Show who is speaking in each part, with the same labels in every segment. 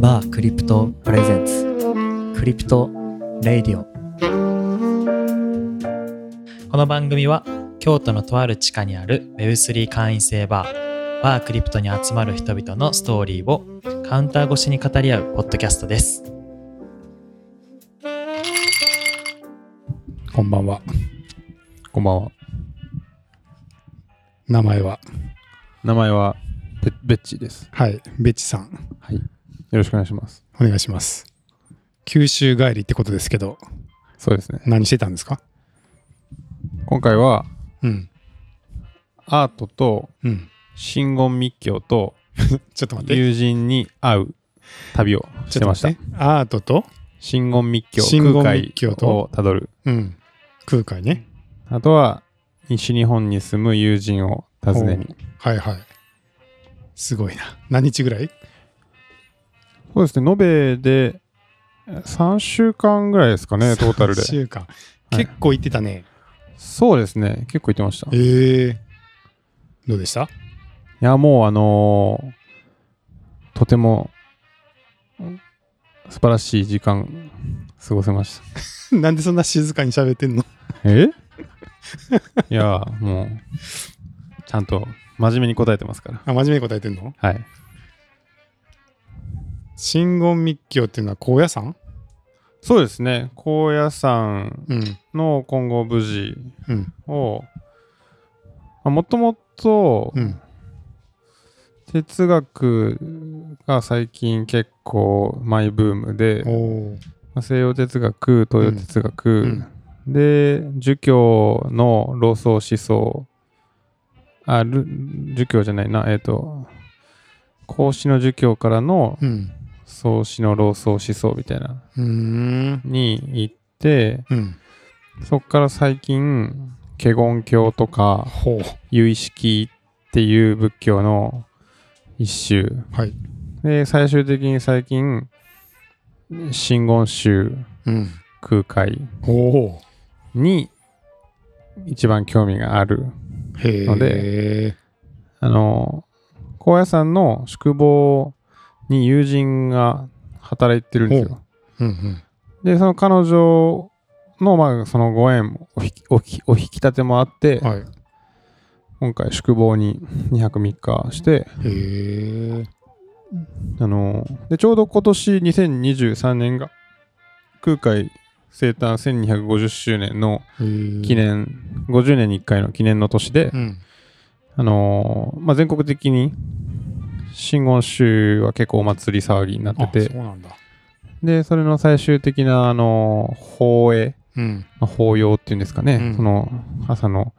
Speaker 1: バークリプトプレゼンツクリプトレイディオ
Speaker 2: この番組は京都のとある地下にある Web3 会員制バーバークリプトに集まる人々のストーリーをカウンター越しに語り合うポッドキャストです
Speaker 3: こんばんは。
Speaker 4: こんばんは。
Speaker 3: 名前は、
Speaker 4: 名前はベベッチです。
Speaker 3: はい、ベッチさん、
Speaker 4: はい。よろしくお願いします。
Speaker 3: お願いします。九州帰りってことですけど、
Speaker 4: そうですね。
Speaker 3: 何してたんですか
Speaker 4: 今回は
Speaker 3: うん、
Speaker 4: アートと
Speaker 3: うん。
Speaker 4: 真言密教と
Speaker 3: ちょっと待って。
Speaker 4: 友人に会う旅をしてまし
Speaker 3: ち
Speaker 4: た
Speaker 3: ょ。っと待ってアートと、
Speaker 4: 真言密教、
Speaker 3: 真言
Speaker 4: 空
Speaker 3: 密
Speaker 4: 海
Speaker 3: 教と
Speaker 4: をたどる。
Speaker 3: うん、空海ね。
Speaker 4: あとは西日本に住む友人を訪ねに。
Speaker 3: はいはい。すごいな。何日ぐらい
Speaker 4: そうですね。延べで3週間ぐらいですかね、トータルで
Speaker 3: 3。週間。
Speaker 4: はい
Speaker 3: 結構行ってたね。
Speaker 4: そうですね。結構行ってました。い
Speaker 3: ええどうでした
Speaker 4: や、もうあのーとてもうん素晴らしい時間過ごせました。
Speaker 3: なんでそんな静かに喋ってんの
Speaker 4: え いやもうちゃんと真面目に答えてますから
Speaker 3: あ、真面目に答えてんの
Speaker 4: はい
Speaker 3: 真言密教っていうのは高野山
Speaker 4: そうですね高野山
Speaker 3: うん、
Speaker 4: の金剛無事
Speaker 3: うん、
Speaker 4: をまあもともと
Speaker 3: うん、
Speaker 4: 哲学が最近結構マイブームで、
Speaker 3: おおー、
Speaker 4: まあ西洋哲学東洋哲学、
Speaker 3: うん
Speaker 4: で儒教の老僧思想ある儒教じゃないなえっ、と孔子の儒教からの
Speaker 3: うん、
Speaker 4: 創始の老僧思想みたいな
Speaker 3: うーん、
Speaker 4: に行って
Speaker 3: うん、
Speaker 4: そっから最近華厳教とか
Speaker 3: ほう、
Speaker 4: 由意識っていう仏教の一種
Speaker 3: はい、
Speaker 4: で最終的に最近真言宗
Speaker 3: うん、
Speaker 4: 空海
Speaker 3: おお、
Speaker 4: に一番興味がある
Speaker 3: へえ、
Speaker 4: の
Speaker 3: で、
Speaker 4: あの高野山の宿坊に友人が働いてるんですよ
Speaker 3: うん、うん、
Speaker 4: で、その彼女の、まあ、そのご縁もおひきおひきお引き立てもあって、
Speaker 3: はい、
Speaker 4: 今回、宿坊に2泊3日して、
Speaker 3: へえ、
Speaker 4: あので、ちょうど今年2023年が、空海生誕1250周年の記
Speaker 3: 記、
Speaker 4: 念、50年に1回の記念の年で、
Speaker 3: うん、
Speaker 4: あのまあ、全国的に、真言宗は結構お祭り騒ぎにな
Speaker 3: あ
Speaker 4: っ、て
Speaker 3: そ
Speaker 4: て、
Speaker 3: うなんだ、
Speaker 4: で、それの最終的な、あの法会、
Speaker 3: うん、
Speaker 4: まあ法要っていうんですかね、
Speaker 3: うん
Speaker 4: その朝の、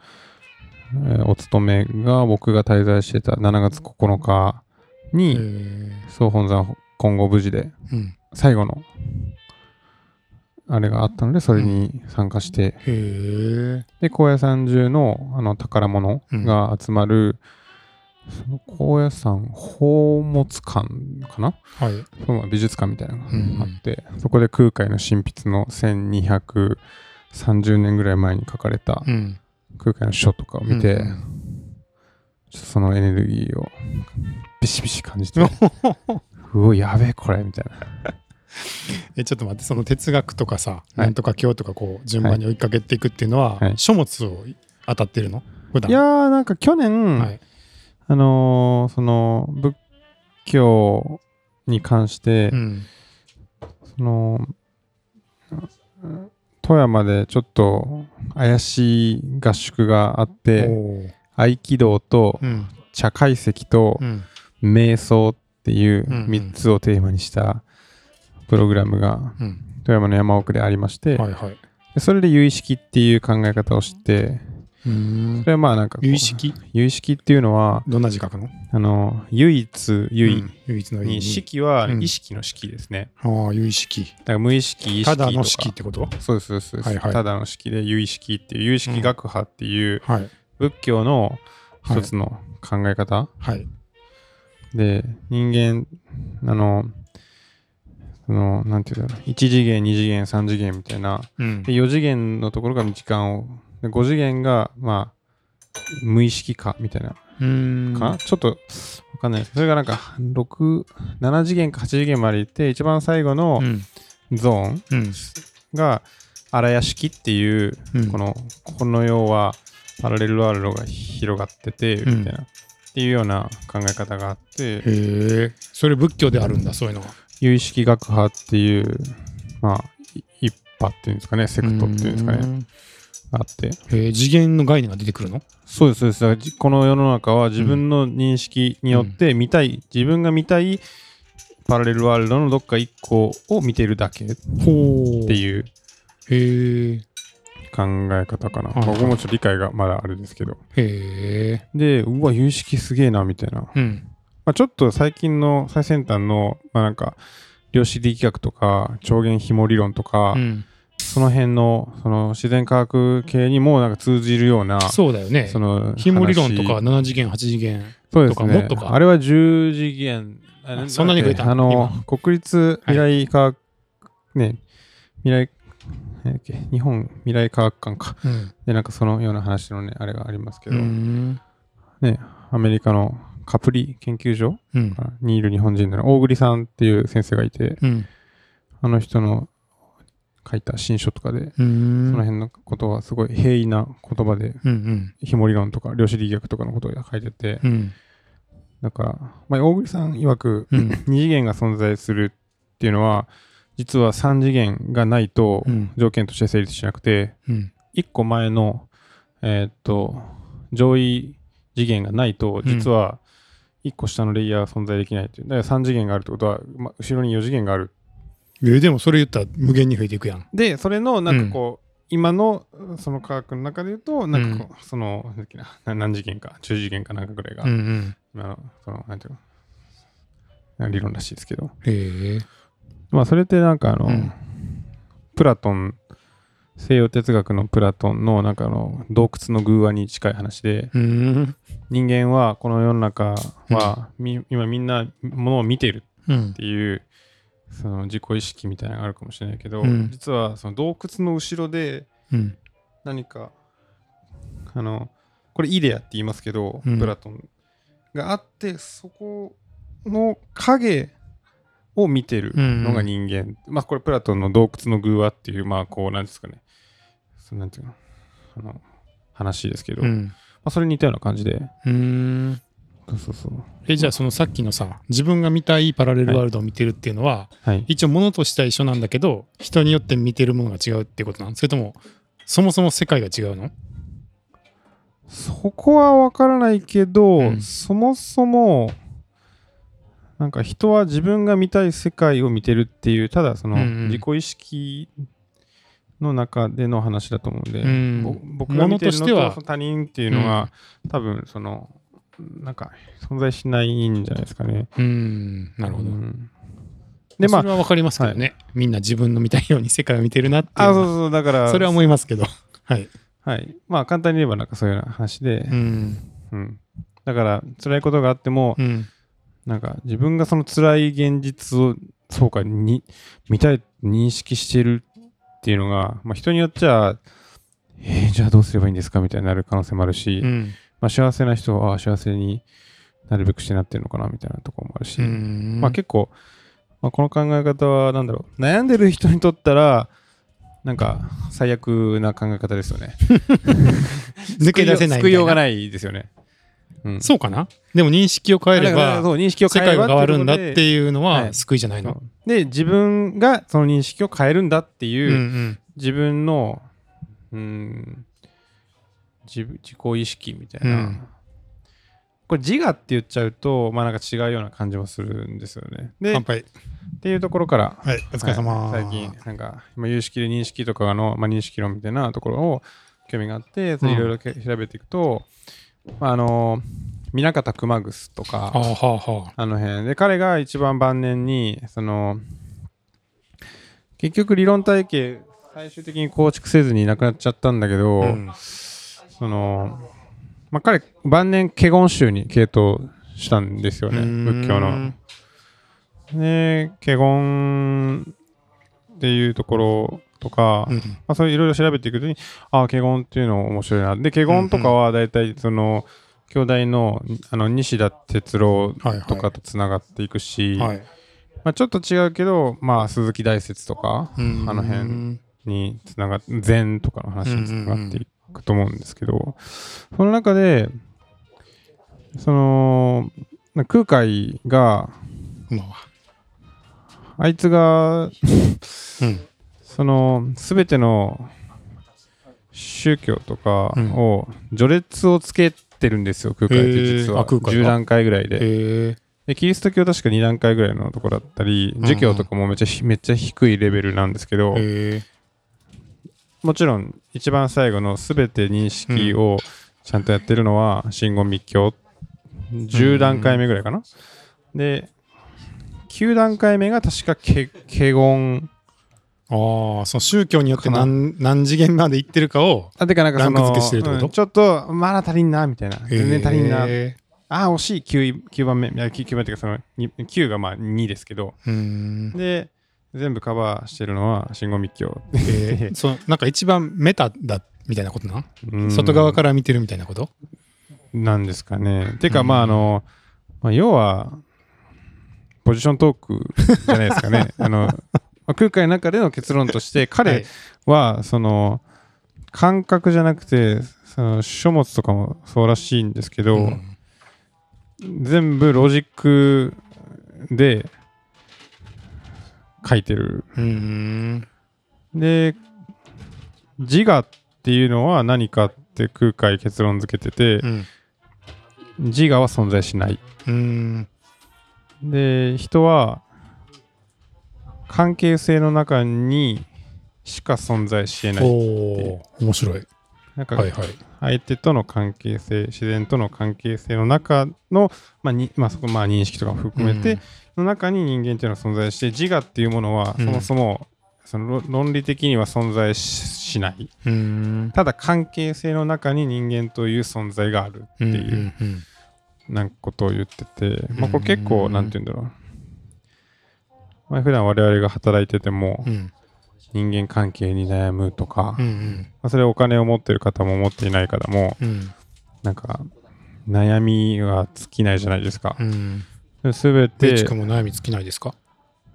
Speaker 4: えーお勤めが僕が滞在してた7月9日
Speaker 3: へ
Speaker 4: に
Speaker 3: え、
Speaker 4: 総本山今後無事で
Speaker 3: うん、
Speaker 4: 最後のあれがあったのでそれに参加して、
Speaker 3: へえ、
Speaker 4: で高野山中のあの宝物が集まる、その高野山宝物館かな
Speaker 3: はい、
Speaker 4: その美術館みたいなのが
Speaker 3: うん
Speaker 4: あって、そこで空海の神筆の1230年ぐらい前に書かれた
Speaker 3: うん、
Speaker 4: 空海の書とかを見て、
Speaker 3: うん
Speaker 4: ちょっとそのエネルギーをビシビシ感 じてうおやべえこれみたいな
Speaker 3: え、ちょっと待って、その哲学とかさ、
Speaker 4: い
Speaker 3: なんとか教とかこう順番に追いかけていくっていうのは
Speaker 4: は、い
Speaker 3: 書物を当たってるの？普段、
Speaker 4: いやーなんか去年、
Speaker 3: はい、
Speaker 4: あのーその仏教に関して、
Speaker 3: うん、
Speaker 4: そのうん富山でちょっと怪しい合宿があっ
Speaker 3: お
Speaker 4: て
Speaker 3: お、
Speaker 4: 合気道と
Speaker 3: うん、
Speaker 4: 茶会席と
Speaker 3: うん、
Speaker 4: 瞑想っていう
Speaker 3: うんうん
Speaker 4: 3つをテーマにしたプログラムが
Speaker 3: うん、
Speaker 4: 富山の山奥でありまして、
Speaker 3: はい、はい、
Speaker 4: でそれで有意識っていう考え方を知って
Speaker 3: うーん
Speaker 4: そ、れはまあなんかこう
Speaker 3: 有意識？
Speaker 4: 有意識っていうのは
Speaker 3: どんな字書くの？
Speaker 4: あの唯一唯
Speaker 3: うん唯一の意
Speaker 4: に
Speaker 3: 識。
Speaker 4: 識は
Speaker 3: うん
Speaker 4: 意識の式ですね、
Speaker 3: ああ、有意識。
Speaker 4: だから無意識意識と
Speaker 3: た
Speaker 4: か
Speaker 3: だの式ってこと
Speaker 4: そうですそうですそうです、
Speaker 3: はいはい
Speaker 4: ただの式で有意識っていう有意識学派っていう
Speaker 3: はい。
Speaker 4: 仏教の
Speaker 3: はい
Speaker 4: 一つの考え方、
Speaker 3: はい。
Speaker 4: で人間あのそのなんていうんだろう1次元2次元3次元みたいな
Speaker 3: うん
Speaker 4: で4次元のところが時間をで5次元がまあ無意識化みたいな
Speaker 3: うーん
Speaker 4: かな、ちょっとわかんないですそれがなんか6 7次元か8次元まで行って一番最後の
Speaker 3: うん
Speaker 4: ゾーン
Speaker 3: うん
Speaker 4: が荒屋敷っていう、
Speaker 3: うん
Speaker 4: このこの世はパラレルワールドが広がっててみたいな、っていうような考え方があって
Speaker 3: へえそれ仏教であるんだそういうのは
Speaker 4: 有意識学派っていうまあい一派っていうんですかねセクトっていうんですかね
Speaker 3: ね
Speaker 4: あって
Speaker 3: へえ次元の概念が出てくるの
Speaker 4: そうですそうですだからじこの世の中は自分の認識によって見たい、自分が見たいパラレルワールドのどっか一個を見てるだけっ
Speaker 3: ほう
Speaker 4: ていう
Speaker 3: へえ
Speaker 4: 考え方かな、
Speaker 3: はいはい
Speaker 4: 僕もちょっと理解がまだあれですけど
Speaker 3: へえ
Speaker 4: でうわ有識すげえなみたいな、ま
Speaker 3: うん
Speaker 4: あ、ちょっと最近の最先端の、まあ、なんか量子力学とか超弦紐理論とか、
Speaker 3: うん
Speaker 4: その辺のその自然科学系にもなんか通じるような
Speaker 3: そうだよね
Speaker 4: その
Speaker 3: ひも理論とか
Speaker 4: 話
Speaker 3: 7次元8次元
Speaker 4: そうですね
Speaker 3: とかもっとか
Speaker 4: あれは10次元あ
Speaker 3: あそんなに増えた
Speaker 4: あの国立未来科学、ね未来なんだっけ日本未来科学館か
Speaker 3: うん
Speaker 4: でなんかそのような話のねあれがありますけ
Speaker 3: う
Speaker 4: ど、
Speaker 3: ん
Speaker 4: ねアメリカのカプリ研究所
Speaker 3: うん
Speaker 4: にいる日本人の大栗さんっていう先生がいて
Speaker 3: うん
Speaker 4: あの人の書いた新書とかで、
Speaker 3: う
Speaker 4: その
Speaker 3: ん
Speaker 4: 辺のことはすごい平易な言葉で
Speaker 3: うん
Speaker 4: ひも理論とか量子力学とかのことが書いてて
Speaker 3: うん
Speaker 4: だから、まあ、大栗さん曰く
Speaker 3: うん
Speaker 4: 2次元が存在するっていうのは実は3次元がないと
Speaker 3: うん
Speaker 4: 条件として成立しなくて
Speaker 3: うん
Speaker 4: 1個前のえーっと上位次元がないと
Speaker 3: うん
Speaker 4: 実は1個下のレイヤーは存在できないっていうだから3次元があるってことは、まあ、後ろに4次元がある
Speaker 3: えでもそれ言ったら無限に増えていくやん
Speaker 4: でそれのなんかこう、今のその科学の中で言うとなんかこう、そのなんだっけなな何次元か10次元かなんかぐらいが、
Speaker 3: うんうん
Speaker 4: 今のそのなんていうのなんか理論らしいですけど
Speaker 3: へえ
Speaker 4: まあそれってなんかあの、
Speaker 3: うん
Speaker 4: プラトン西洋哲学のプラトンのなんかあの洞窟の偶話に近い話で
Speaker 3: うん
Speaker 4: 人間はこの世の中は、み今みんなものを見てる
Speaker 3: うん
Speaker 4: っていうその自己意識みたいなのがあるかもしれないけど、
Speaker 3: うん
Speaker 4: 実はその洞窟の後ろで
Speaker 3: うん
Speaker 4: 何かあのこれイデアって言いますけど、
Speaker 3: うん
Speaker 4: プラトンがあってそこの影を見てるのが人間、まあこれプラトンの洞窟の偶話っていうまあこうなんですかねそのなんていうのあの話ですけど、
Speaker 3: う
Speaker 4: ま
Speaker 3: ん
Speaker 4: あ、それに似たような感じで
Speaker 3: うん
Speaker 4: そうそうそう
Speaker 3: えじゃあそのさっきのさ自分が見たいパラレルワールドを見てるっていうのは、
Speaker 4: はい
Speaker 3: 一応物としては一緒なんだけど人によって見てるものが違うっていうことなんそれともそもそも世界が違うの
Speaker 4: そこは分からないけど、
Speaker 3: うん
Speaker 4: そもそもなんか人は自分が見たい世界を見てるっていうただその
Speaker 3: うんうん
Speaker 4: 自己意識の中での話だと思うんで、
Speaker 3: うん
Speaker 4: ぼ僕が見て
Speaker 3: ものと
Speaker 4: る
Speaker 3: し
Speaker 4: の
Speaker 3: ては
Speaker 4: とその他人っていうのは、多分そのなんか存在しないんじゃないですかね。
Speaker 3: うーんなるほど、
Speaker 4: うんで
Speaker 3: そ
Speaker 4: まあ
Speaker 3: れはわかりますけどね、みんな自分の見たいように世界を見てるなっていう
Speaker 4: あ
Speaker 3: の
Speaker 4: そう
Speaker 3: は
Speaker 4: そうだから
Speaker 3: それは思いますけどはい
Speaker 4: はいまあ簡単に言えばなんかそういうような話で
Speaker 3: う、ん
Speaker 4: うんだから辛いことがあっても、
Speaker 3: うん
Speaker 4: なんか自分がその辛い現実をそうかに見たい認識してるっていうのが、まあ、人によっちゃえーじゃあどうすればいいんですかみたいになる可能性もあるし、
Speaker 3: うん
Speaker 4: まあ、幸せな人はあー幸せになるべくしてなってるのかなみたいなところもあるし、
Speaker 3: うん
Speaker 4: まあ、結構、まあ、この考え方はなんだろう悩んでる人にとったらなんか最悪な考え方ですよね。
Speaker 3: 抜け出せないみたいな
Speaker 4: 救いようがないですよね。うん、
Speaker 3: そうかなでも認識を変えれ
Speaker 4: だから
Speaker 3: ば
Speaker 4: そう認識を
Speaker 3: 世
Speaker 4: 変え
Speaker 3: 界
Speaker 4: れば
Speaker 3: が変わるんだっ
Speaker 4: いうことで
Speaker 3: ていうの
Speaker 4: は
Speaker 3: はい救いじゃないの、
Speaker 4: で自分がその認識を変えるんだっていう、
Speaker 3: うん
Speaker 4: 自分のうん自分自己意識みたいな、
Speaker 3: うん
Speaker 4: これ自我って言っちゃうとまあなんか違うような感じもするんですよね。
Speaker 3: うん
Speaker 4: で
Speaker 3: 乾
Speaker 4: っ
Speaker 3: 杯
Speaker 4: ていうところから
Speaker 3: はいお疲れ様、
Speaker 4: はい最近なんか今有識で認識とかの、まあ、認識論みたいなところを興味があってそれいろいろけ調べていくと、まあ、あの南方熊楠とか
Speaker 3: はあはあはあ
Speaker 4: あの辺で彼が一番晩年にその結局理論体系最終的に構築せずに亡くなっちゃったんだけど、
Speaker 3: うん
Speaker 4: その、まあ、彼晩年華厳宗に傾倒したんですよね
Speaker 3: うーん
Speaker 4: 仏教の。で華厳っていうところとか、
Speaker 3: うん
Speaker 4: まあ、それいろいろ調べていくうちに、ああ、華厳っていうの面白いな。で、華厳とかは大体、その、兄弟のあの西田哲郎
Speaker 3: はいはい
Speaker 4: とかとつながっていくし、
Speaker 3: はい
Speaker 4: まあ、ちょっと違うけど、まあ、鈴木大説とか
Speaker 3: うん
Speaker 4: あの辺
Speaker 3: うん
Speaker 4: につながっ禅とかの話につながっていくと思うんですけど、その中で、その、な空海が、
Speaker 3: まあ
Speaker 4: あいつが、
Speaker 3: うん
Speaker 4: その全ての宗教とかを序列をつけてるんですよ、空海って実
Speaker 3: へー
Speaker 4: は
Speaker 3: あ空海が
Speaker 4: 10段階ぐらいで
Speaker 3: へえ
Speaker 4: でキリスト教確か2段階ぐらいのとこだったり
Speaker 3: うん
Speaker 4: 儒教とかもめっちゃひめっちゃ低いレベルなんですけど
Speaker 3: へえ
Speaker 4: もちろん一番最後の全て認識をちゃんとやってるのは真言密教10段階目ぐらいかなで9段階目が確かけ華厳
Speaker 3: ああその宗教によって
Speaker 4: かな
Speaker 3: 何何次元まで行ってるかを
Speaker 4: あてかなんかその
Speaker 3: ランク付けしてるってこと
Speaker 4: うんちょっとまだ足りんなみたいな全然足りん
Speaker 3: へ
Speaker 4: な
Speaker 3: え
Speaker 4: あー惜しい 9, 9番目いや 9, 番っていうかそのに9がまあ2ですけど
Speaker 3: うん
Speaker 4: で全部カバーしてるのは信号密教
Speaker 3: えーそうなんか一番メタだみたいなことな、
Speaker 4: うん
Speaker 3: 外側から見てるみたいなこと
Speaker 4: なんですかねてか
Speaker 3: うん
Speaker 4: まああの、まあ、要はポジショントークじゃないですか ねあのまあ空海の中での結論として
Speaker 3: はい
Speaker 4: 彼はその感覚じゃなくてその書物とかもそうらしいんですけど、
Speaker 3: うん
Speaker 4: 全部ロジックで書いてる。
Speaker 3: うん
Speaker 4: で、自我っていうのは何かって空海結論付けてて
Speaker 3: う、ん
Speaker 4: 自我は存在しない。
Speaker 3: うん
Speaker 4: で、人は関係性の中にしか存在し
Speaker 3: お
Speaker 4: 得ない。
Speaker 3: おー面白い
Speaker 4: なんか
Speaker 3: はいはい
Speaker 4: 相手との関係性、自然との関係性の中の、まあにまあ、そこまあ認識とかも含めて、
Speaker 3: うん
Speaker 4: の中に人間っていうのは存在して自我っていうものは
Speaker 3: うん
Speaker 4: そもそもその論論理的には存在ししない
Speaker 3: うん
Speaker 4: ただ関係性の中に人間という存在があるっ
Speaker 3: う
Speaker 4: て
Speaker 3: ん
Speaker 4: いう
Speaker 3: うん
Speaker 4: なんかことを言ってて、まあ、これ結
Speaker 3: う
Speaker 4: 構
Speaker 3: ん
Speaker 4: なんて言うんだろう、まあ、普段我々が働いてても
Speaker 3: うん
Speaker 4: 人間関係に悩むとか、
Speaker 3: う
Speaker 4: ま
Speaker 3: ん
Speaker 4: あ、それはお金を持ってる方も持っていない方も
Speaker 3: うん
Speaker 4: なんか悩みは尽きないじゃないですか
Speaker 3: う。ん
Speaker 4: すべ
Speaker 3: で
Speaker 4: て
Speaker 3: ちくも悩み尽きないですか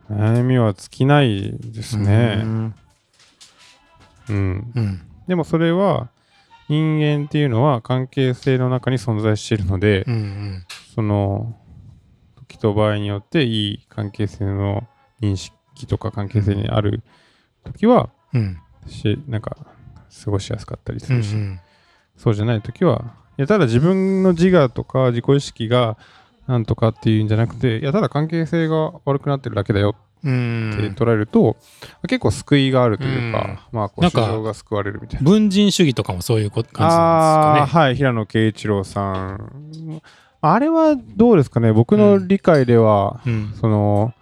Speaker 4: 悩みは尽きないです
Speaker 3: う
Speaker 4: ね。
Speaker 3: ん
Speaker 4: うん、
Speaker 3: うん
Speaker 4: でもそれは人間っていうのは関係性の中に存在しているので、
Speaker 3: うん
Speaker 4: その時と場合によっていい関係性の認識とか関係性にある時は
Speaker 3: うんうん
Speaker 4: しなんか過ごしやすかったりす
Speaker 3: うんう
Speaker 4: るし、
Speaker 3: ん
Speaker 4: そうじゃない時はいやただ自分の自我とか自己意識がなんとかっていうんじゃなくていやただ関係性が悪くなってるだけだよ
Speaker 3: うん
Speaker 4: って捉えると、結構救いがあるというか、まあこう
Speaker 3: なん
Speaker 4: 市
Speaker 3: か
Speaker 4: 場が救われるみたいな。
Speaker 3: 文人主義とかもそういうこ感じ
Speaker 4: あ
Speaker 3: なんですかね
Speaker 4: あーはい、平野啓一郎さん。あれはどうですかね、僕の理解では、
Speaker 3: うん
Speaker 4: その、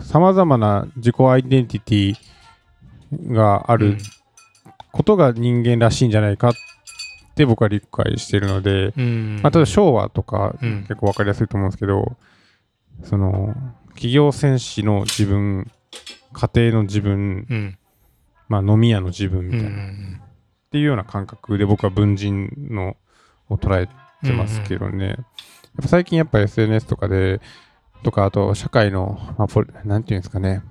Speaker 4: さまざまな自己アイデンティティがあることが人間らしいんじゃないかって僕は理解しているので、
Speaker 3: うん
Speaker 4: まあ、例えば昭和とか、
Speaker 3: うん
Speaker 4: 結構わかりやすいと思うんですけど、その、企業戦士の自分、家庭の自分、
Speaker 3: うん
Speaker 4: まあ、飲み屋の自分み
Speaker 3: う
Speaker 4: た
Speaker 3: ん
Speaker 4: いうな。
Speaker 3: ん
Speaker 4: っていうような感覚で僕は文人のを捉えてますけどね、やっぱ最近やっぱ SNS とかでとかあと社会の、まあ、ポリなんていうんですかね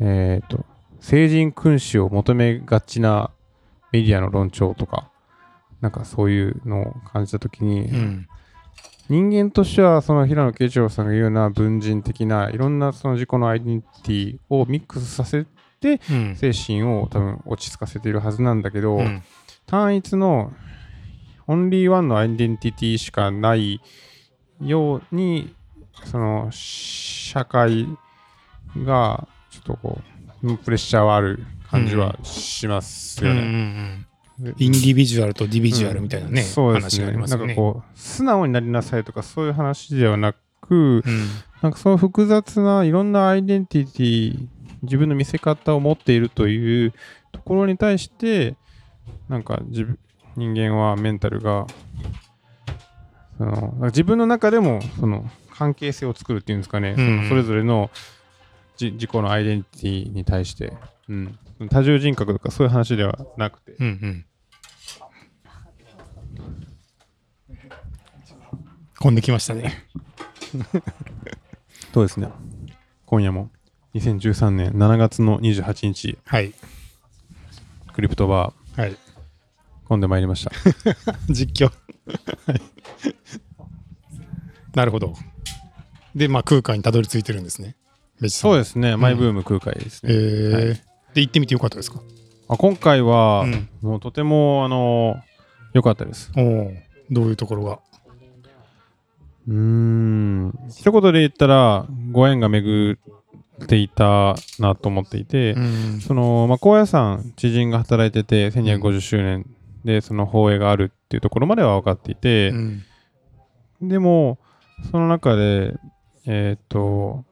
Speaker 4: えっ、と成人君主を求めがちなメディアの論調とかなんかそういうのを感じた時に、
Speaker 3: うん
Speaker 4: 人間としてはその平野慶一郎さんが言うような文人的ないろんなその自己のアイデンティティをミックスさせ
Speaker 3: うん
Speaker 4: 精神を多分落ち着かせているはずなんだけど、
Speaker 3: うん
Speaker 4: 単一のオンリーワンのアイデンティティしかないようにその社会がちょっとこうプレッシャーはある感じはしますよ
Speaker 3: うんうん
Speaker 4: ね。
Speaker 3: うん
Speaker 4: で
Speaker 3: インディビジュアルとディビジュアルみたいなね、
Speaker 4: うんそうです
Speaker 3: 話があ
Speaker 4: ね
Speaker 3: ります
Speaker 4: な
Speaker 3: よ
Speaker 4: ん
Speaker 3: ね
Speaker 4: か。こう素直になりなさいとかそういう話ではなくなんかその複雑ないろんなアイデンティティ自分の見せ方を持っているというところに対してなんか自分人間はメンタルがそのなんか自分の中でもその関係性を作るっていうんですか
Speaker 3: う
Speaker 4: ね、
Speaker 3: ん
Speaker 4: そのそれぞれのじ自己のアイデンティティに対して、うん、多重人格とかそういう話ではなくて、
Speaker 3: うんうん。飛んできましたね。
Speaker 4: そうですね今夜も2013年7月の28日
Speaker 3: はい。
Speaker 4: クリプトバ
Speaker 3: はい。
Speaker 4: ー混んでまいりました
Speaker 3: 実況。はいなるほど。で、まあ空間にたどり着いてるんですね。
Speaker 4: そう
Speaker 3: で
Speaker 4: ですね、マイブーム空海ですね、
Speaker 3: えー
Speaker 4: は
Speaker 3: で、行ってみてよかったですか
Speaker 4: あ今回は、
Speaker 3: うん
Speaker 4: もうとてもあの良かったです
Speaker 3: おおどういうところが。
Speaker 4: うーん一言で言ったらご縁が巡っていたなと思っていて、
Speaker 3: うん
Speaker 4: その、まあ、高野山知人が働いてて1250周年でその放映があるっていうところまでは分かっていて、
Speaker 3: うん
Speaker 4: でもその中でえーっと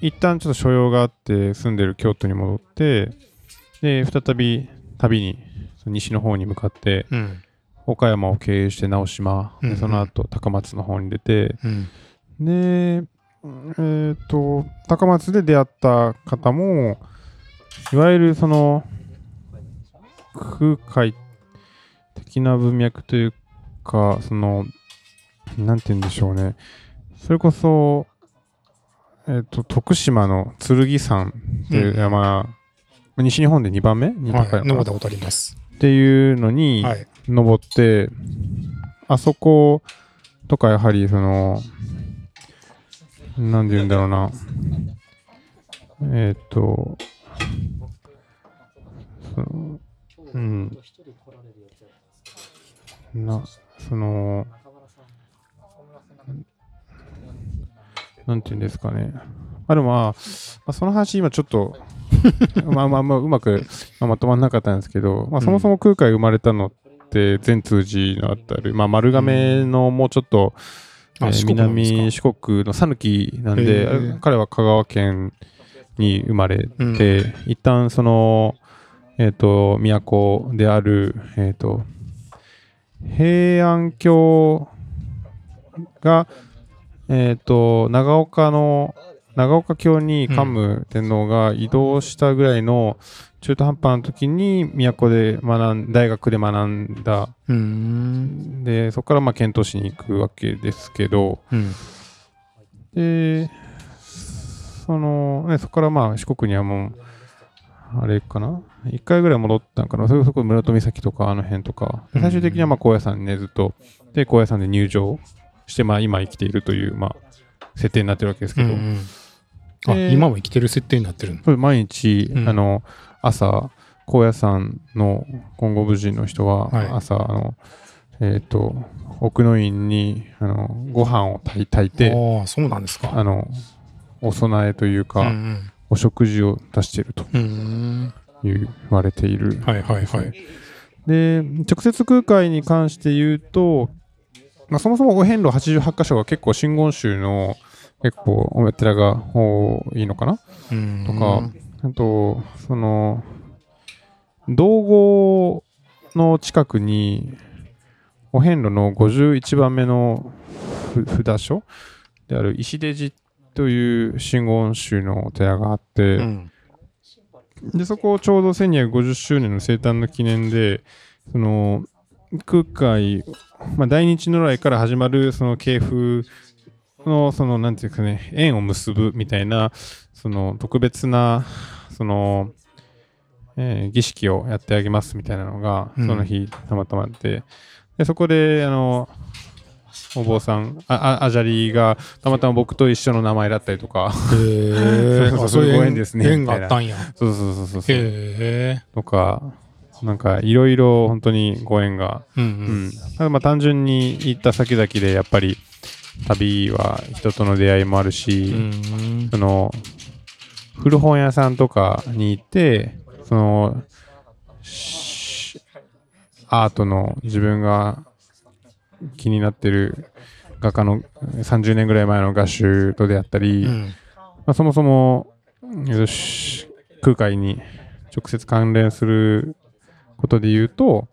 Speaker 4: 一旦ちょっと所用があって住んでる京都に戻ってで再び旅にその西の方に向かって
Speaker 3: うん
Speaker 4: 岡山を経由して直島
Speaker 3: うんう
Speaker 4: で
Speaker 3: ん
Speaker 4: その後高松の方に出て
Speaker 3: うん
Speaker 4: でえーっと高松で出会った方もいわゆるその空海的な文脈というかそのなんて言うんでしょうねそれこそ、えー、と徳島の剣山っていう山、西日本で2番目に
Speaker 3: はい
Speaker 4: 高いのかな
Speaker 3: 登ったことあります。
Speaker 4: っていうのに、
Speaker 3: はい。
Speaker 4: 登ってあそことかやはりその何て言うんだろうなえーっ、とそのうんなそのなんて言うんですかねあでもまあ、まあ、その話今ちょっとまあまあまあうまくまあまとまらなかったんですけど、まあ、そもそも空海生まれたのって全通寺のあたり、まあ、丸亀のもうちょっと、
Speaker 3: あ
Speaker 4: えー
Speaker 3: 四国なんですか
Speaker 4: 南四国の讃岐なん
Speaker 3: へ
Speaker 4: で、
Speaker 3: ー
Speaker 4: 彼は香川県に生まれて、
Speaker 3: うん
Speaker 4: 一旦その、えー、と都である、えー、と平安京が、えー、と長岡の長岡京に桓武天皇が移動したぐらいの中途半端な時に都で学ん大学で学んだ
Speaker 3: うん。
Speaker 4: でそこからまあ検討しに行くわけですけど
Speaker 3: うん。
Speaker 4: でその、ね、そこからまあ四国にはもうあれかな1回ぐらい戻ったんかなそれこそ室戸岬とかあの辺とかで最終的にはまあ高野山にねずっとで高野山で入場してまあ今生きているというまあ設定になってるわけです
Speaker 3: う
Speaker 4: けど、
Speaker 3: んあ、
Speaker 4: で
Speaker 3: 今も生きてる設定になってるの。
Speaker 4: これ毎日、
Speaker 3: うん
Speaker 4: あの朝高野山の今後無人の人は
Speaker 3: はい
Speaker 4: 朝、あのえっ、と奥の院にあのご飯を炊い炊いて
Speaker 3: ああ、そうなんですか。
Speaker 4: あのお供えというか、
Speaker 3: うん
Speaker 4: お食事を出していると
Speaker 3: うん。うん
Speaker 4: いう言われている、
Speaker 3: はいはいはい。
Speaker 4: で直接空海に関して言うと、まあ、そもそもお遍路88箇所が結構真言宗の結構お寺が多いのかな
Speaker 3: うん
Speaker 4: とか、あと、その、道後の近くに、お遍路の51番目のふ札所である石出寺という真言宗のお寺があって、
Speaker 3: うん。
Speaker 4: でそこをちょうど1250周年の生誕の記念でその空海、まあ、大日如来から始まるその系風のそのなんていうかね縁を結ぶみたいなその特別なその、えー儀式をやってあげますみたいなのが
Speaker 3: う
Speaker 4: そ
Speaker 3: ん
Speaker 4: の日たまたまあって、でそこであのお坊さんああアジャリがたまたま僕と一緒の名前だったり とか
Speaker 3: へえ。
Speaker 4: そうそう
Speaker 3: あ そう
Speaker 4: ご
Speaker 3: いう
Speaker 4: 縁ですね
Speaker 3: 縁があったんや。
Speaker 4: そうそうそうそうそう
Speaker 3: へえ。
Speaker 4: とか、なんかいろいろ本当にご縁が、
Speaker 3: うん
Speaker 4: う
Speaker 3: うん。
Speaker 4: ん、ただまあ単純に行った先々でやっぱり旅は人との出会いもあるし、
Speaker 3: うん
Speaker 4: その古本屋さんとかに行って、そのしアートの自分が気になってる画家の30年ぐらい前の画集と出会ったり、
Speaker 3: うん
Speaker 4: まあ、そもそも、よし、空海に直接関連することで言うと、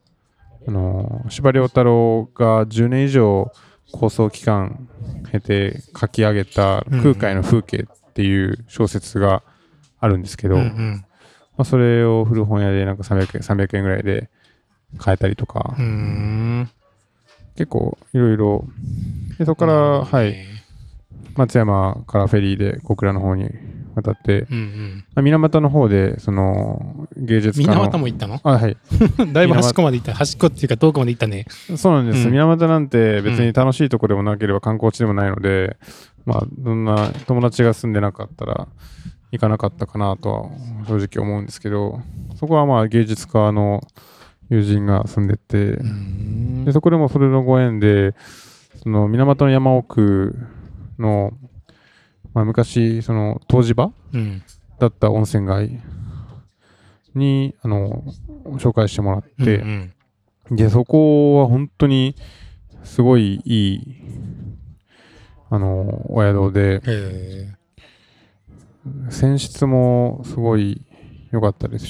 Speaker 4: あの司馬遼太郎が10年以上構想期間経て書き上げた空海の風景っっていう小説があるんですけど、
Speaker 3: うんう
Speaker 4: ま
Speaker 3: ん
Speaker 4: あ、それを古本屋でなんか300円 ,300 円ぐらいで買えたりとか、
Speaker 3: うーん
Speaker 4: 結構いろいろでそこから、はい、松山からフェリーで小倉の方に渡って、
Speaker 3: うんうん
Speaker 4: まあ、水俣の方でその芸術家の
Speaker 3: 水俣も行ったの
Speaker 4: あはい
Speaker 3: だいぶ端っこまで行った端っこっていうか遠くまで行ったね
Speaker 4: そうなんです、
Speaker 3: うん
Speaker 4: 水俣なんて別に楽しいとこでもなければ観光地でもないので、まあどんな友達が住んでなかったら行かなかったかなとは正直思うんですけどそこはまあ芸術家の友人が住んでて、
Speaker 3: うーん
Speaker 4: でそこでもそれのご縁でその水俣の山奥の、まあ、昔その湯治場
Speaker 3: うん
Speaker 4: だった温泉街にあの紹介してもらって、
Speaker 3: うんうん
Speaker 4: で、そこは本当にすごいいい、あの、お宿で、
Speaker 3: へ
Speaker 4: 泉質もすごい良かったです
Speaker 3: ー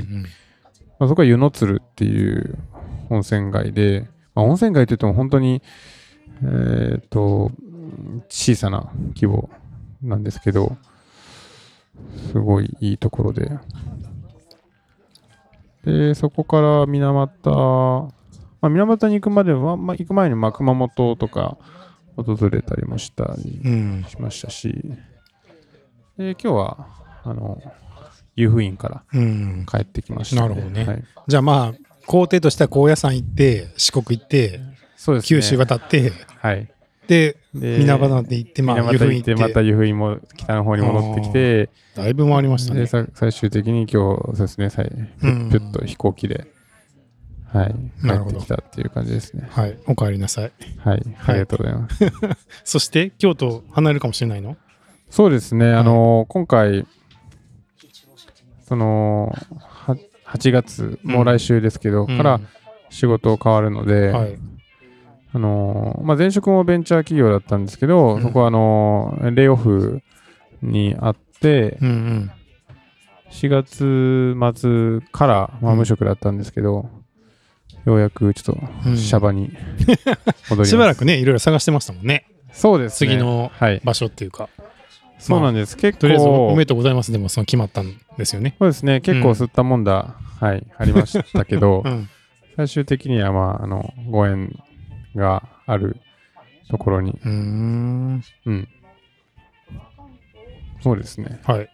Speaker 4: し、
Speaker 3: うんうん
Speaker 4: まあ、そこは湯の鶴っていう温泉街で、まあ、温泉街といっても本当に、えーっと、うん小さな規模なんですけど、すごいいいところで。で、そこから水俣、まあ、水俣に行くまでは、まあ、行く前にまあ熊本とか訪れたりもしたり
Speaker 3: うん
Speaker 4: しましたし、で今日は、あの、湯布院から
Speaker 3: うん
Speaker 4: 帰ってきました、
Speaker 3: なるほどね
Speaker 4: はい
Speaker 3: じゃあまあ工程としては高野山行って四国行って
Speaker 4: そうですね
Speaker 3: 九州渡って
Speaker 4: はい。
Speaker 3: で
Speaker 4: で
Speaker 3: 水俣で行ってまあ
Speaker 4: 水
Speaker 3: 湯
Speaker 4: 俣
Speaker 3: 布
Speaker 4: 行
Speaker 3: 院
Speaker 4: って、
Speaker 3: 行
Speaker 4: ま
Speaker 3: ったて
Speaker 4: 湯布院も北の方に戻ってきて、
Speaker 3: だいぶ回りました
Speaker 4: で
Speaker 3: ね
Speaker 4: さ最終的に今日、そうですね、最ぴ
Speaker 3: うん
Speaker 4: ゅっと飛行機で、はい、
Speaker 3: なるほ
Speaker 4: 帰っ
Speaker 3: ど
Speaker 4: てきたっていう感じですね。
Speaker 3: はいお帰りなさい
Speaker 4: はい、ありがとうございます。
Speaker 3: そして京都離れるかもしれないの
Speaker 4: そうですね、あの、今回、その、は8月、もう来週ですけど、
Speaker 3: うん
Speaker 4: から仕事を変わるので、
Speaker 3: はい
Speaker 4: あのーまあ、前職もベンチャー企業だったんですけど、
Speaker 3: うん
Speaker 4: そこはあのーレイオフにあって、
Speaker 3: うんうん
Speaker 4: 4月末から、まあ、無職だったんですけど、ようやくちょっ
Speaker 3: うん
Speaker 4: とシャバに戻りま す。
Speaker 3: しばらくねいろいろ探してましたもんね
Speaker 4: そうですね。
Speaker 3: 次の
Speaker 4: はい。
Speaker 3: 場所っていうか
Speaker 4: そうなんです。結構、
Speaker 3: とりあえずおめでとうございますでもその決まったんですよね
Speaker 4: そうですね。結構吸ったもんだ、はい、ありましたけ ど
Speaker 3: う、ん
Speaker 4: 最終的には、まあ、あの、ご縁があるところに、
Speaker 3: うーん
Speaker 4: うん。そうですね。
Speaker 3: はい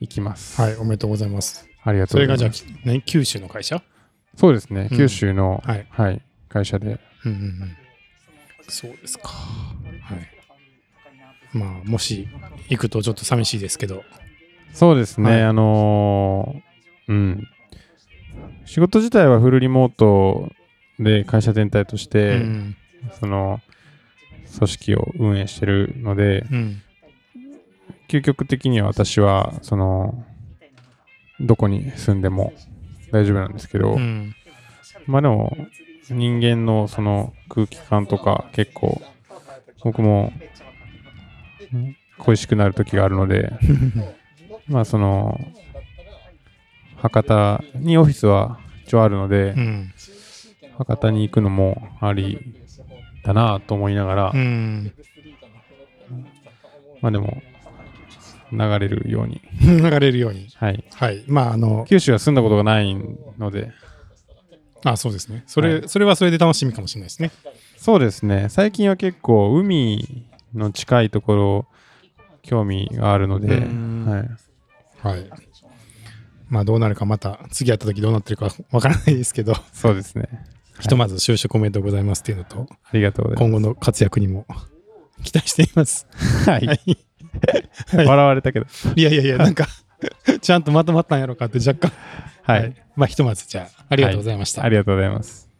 Speaker 4: 行きます。
Speaker 3: はいおめでとうございます
Speaker 4: ありがと
Speaker 3: そう
Speaker 4: ご
Speaker 3: れ
Speaker 4: ざいま
Speaker 3: が
Speaker 4: す。
Speaker 3: じゃあき何九州の会社
Speaker 4: そうですね、
Speaker 3: うん
Speaker 4: 九州の、
Speaker 3: は
Speaker 4: はいい会社で。
Speaker 3: うんうんうんそうですかはいまあもし行くとちょっと寂しいですけど
Speaker 4: そうですね、
Speaker 3: はい
Speaker 4: あのーうん。仕事自体はフルリモートで会社全体として、
Speaker 3: うん
Speaker 4: その組織を運営してるので、
Speaker 3: うん
Speaker 4: 究極的には私は、その、どこに住んでも大丈夫なんですけど、
Speaker 3: うん
Speaker 4: まあでも、人間のその空気感とか結構、僕もん恋しくなる時があるので、まあその博多にオフィスは一応あるので、
Speaker 3: うん
Speaker 4: 博多に行くのもありだなと思いながら、
Speaker 3: うん
Speaker 4: まあでも流れるように、
Speaker 3: 流れるように
Speaker 4: はい、
Speaker 3: はいまああの
Speaker 4: 九州は住んだことがないので
Speaker 3: あそうですねそれ、
Speaker 4: は
Speaker 3: それはそれで楽しみかもしれないですね
Speaker 4: そうですね最近は結構海の近いところ興味があるので、
Speaker 3: うん
Speaker 4: はい、
Speaker 3: はいまあどうなるかまた次会った時どうなってるかわからないですけど
Speaker 4: そうですね
Speaker 3: ひとまず就職おめでとうございますっていうのと、
Speaker 4: ありがとうござい
Speaker 3: 今後の活躍にも期待しています。
Speaker 4: ます、はい
Speaker 3: はい、
Speaker 4: 笑われたけど
Speaker 3: いやいやいや、 なんか、ちゃんとまとまったんやろかって若干、
Speaker 4: はい、
Speaker 3: まあひとまずじゃあ、ありがとうございました。
Speaker 4: ありがとうございます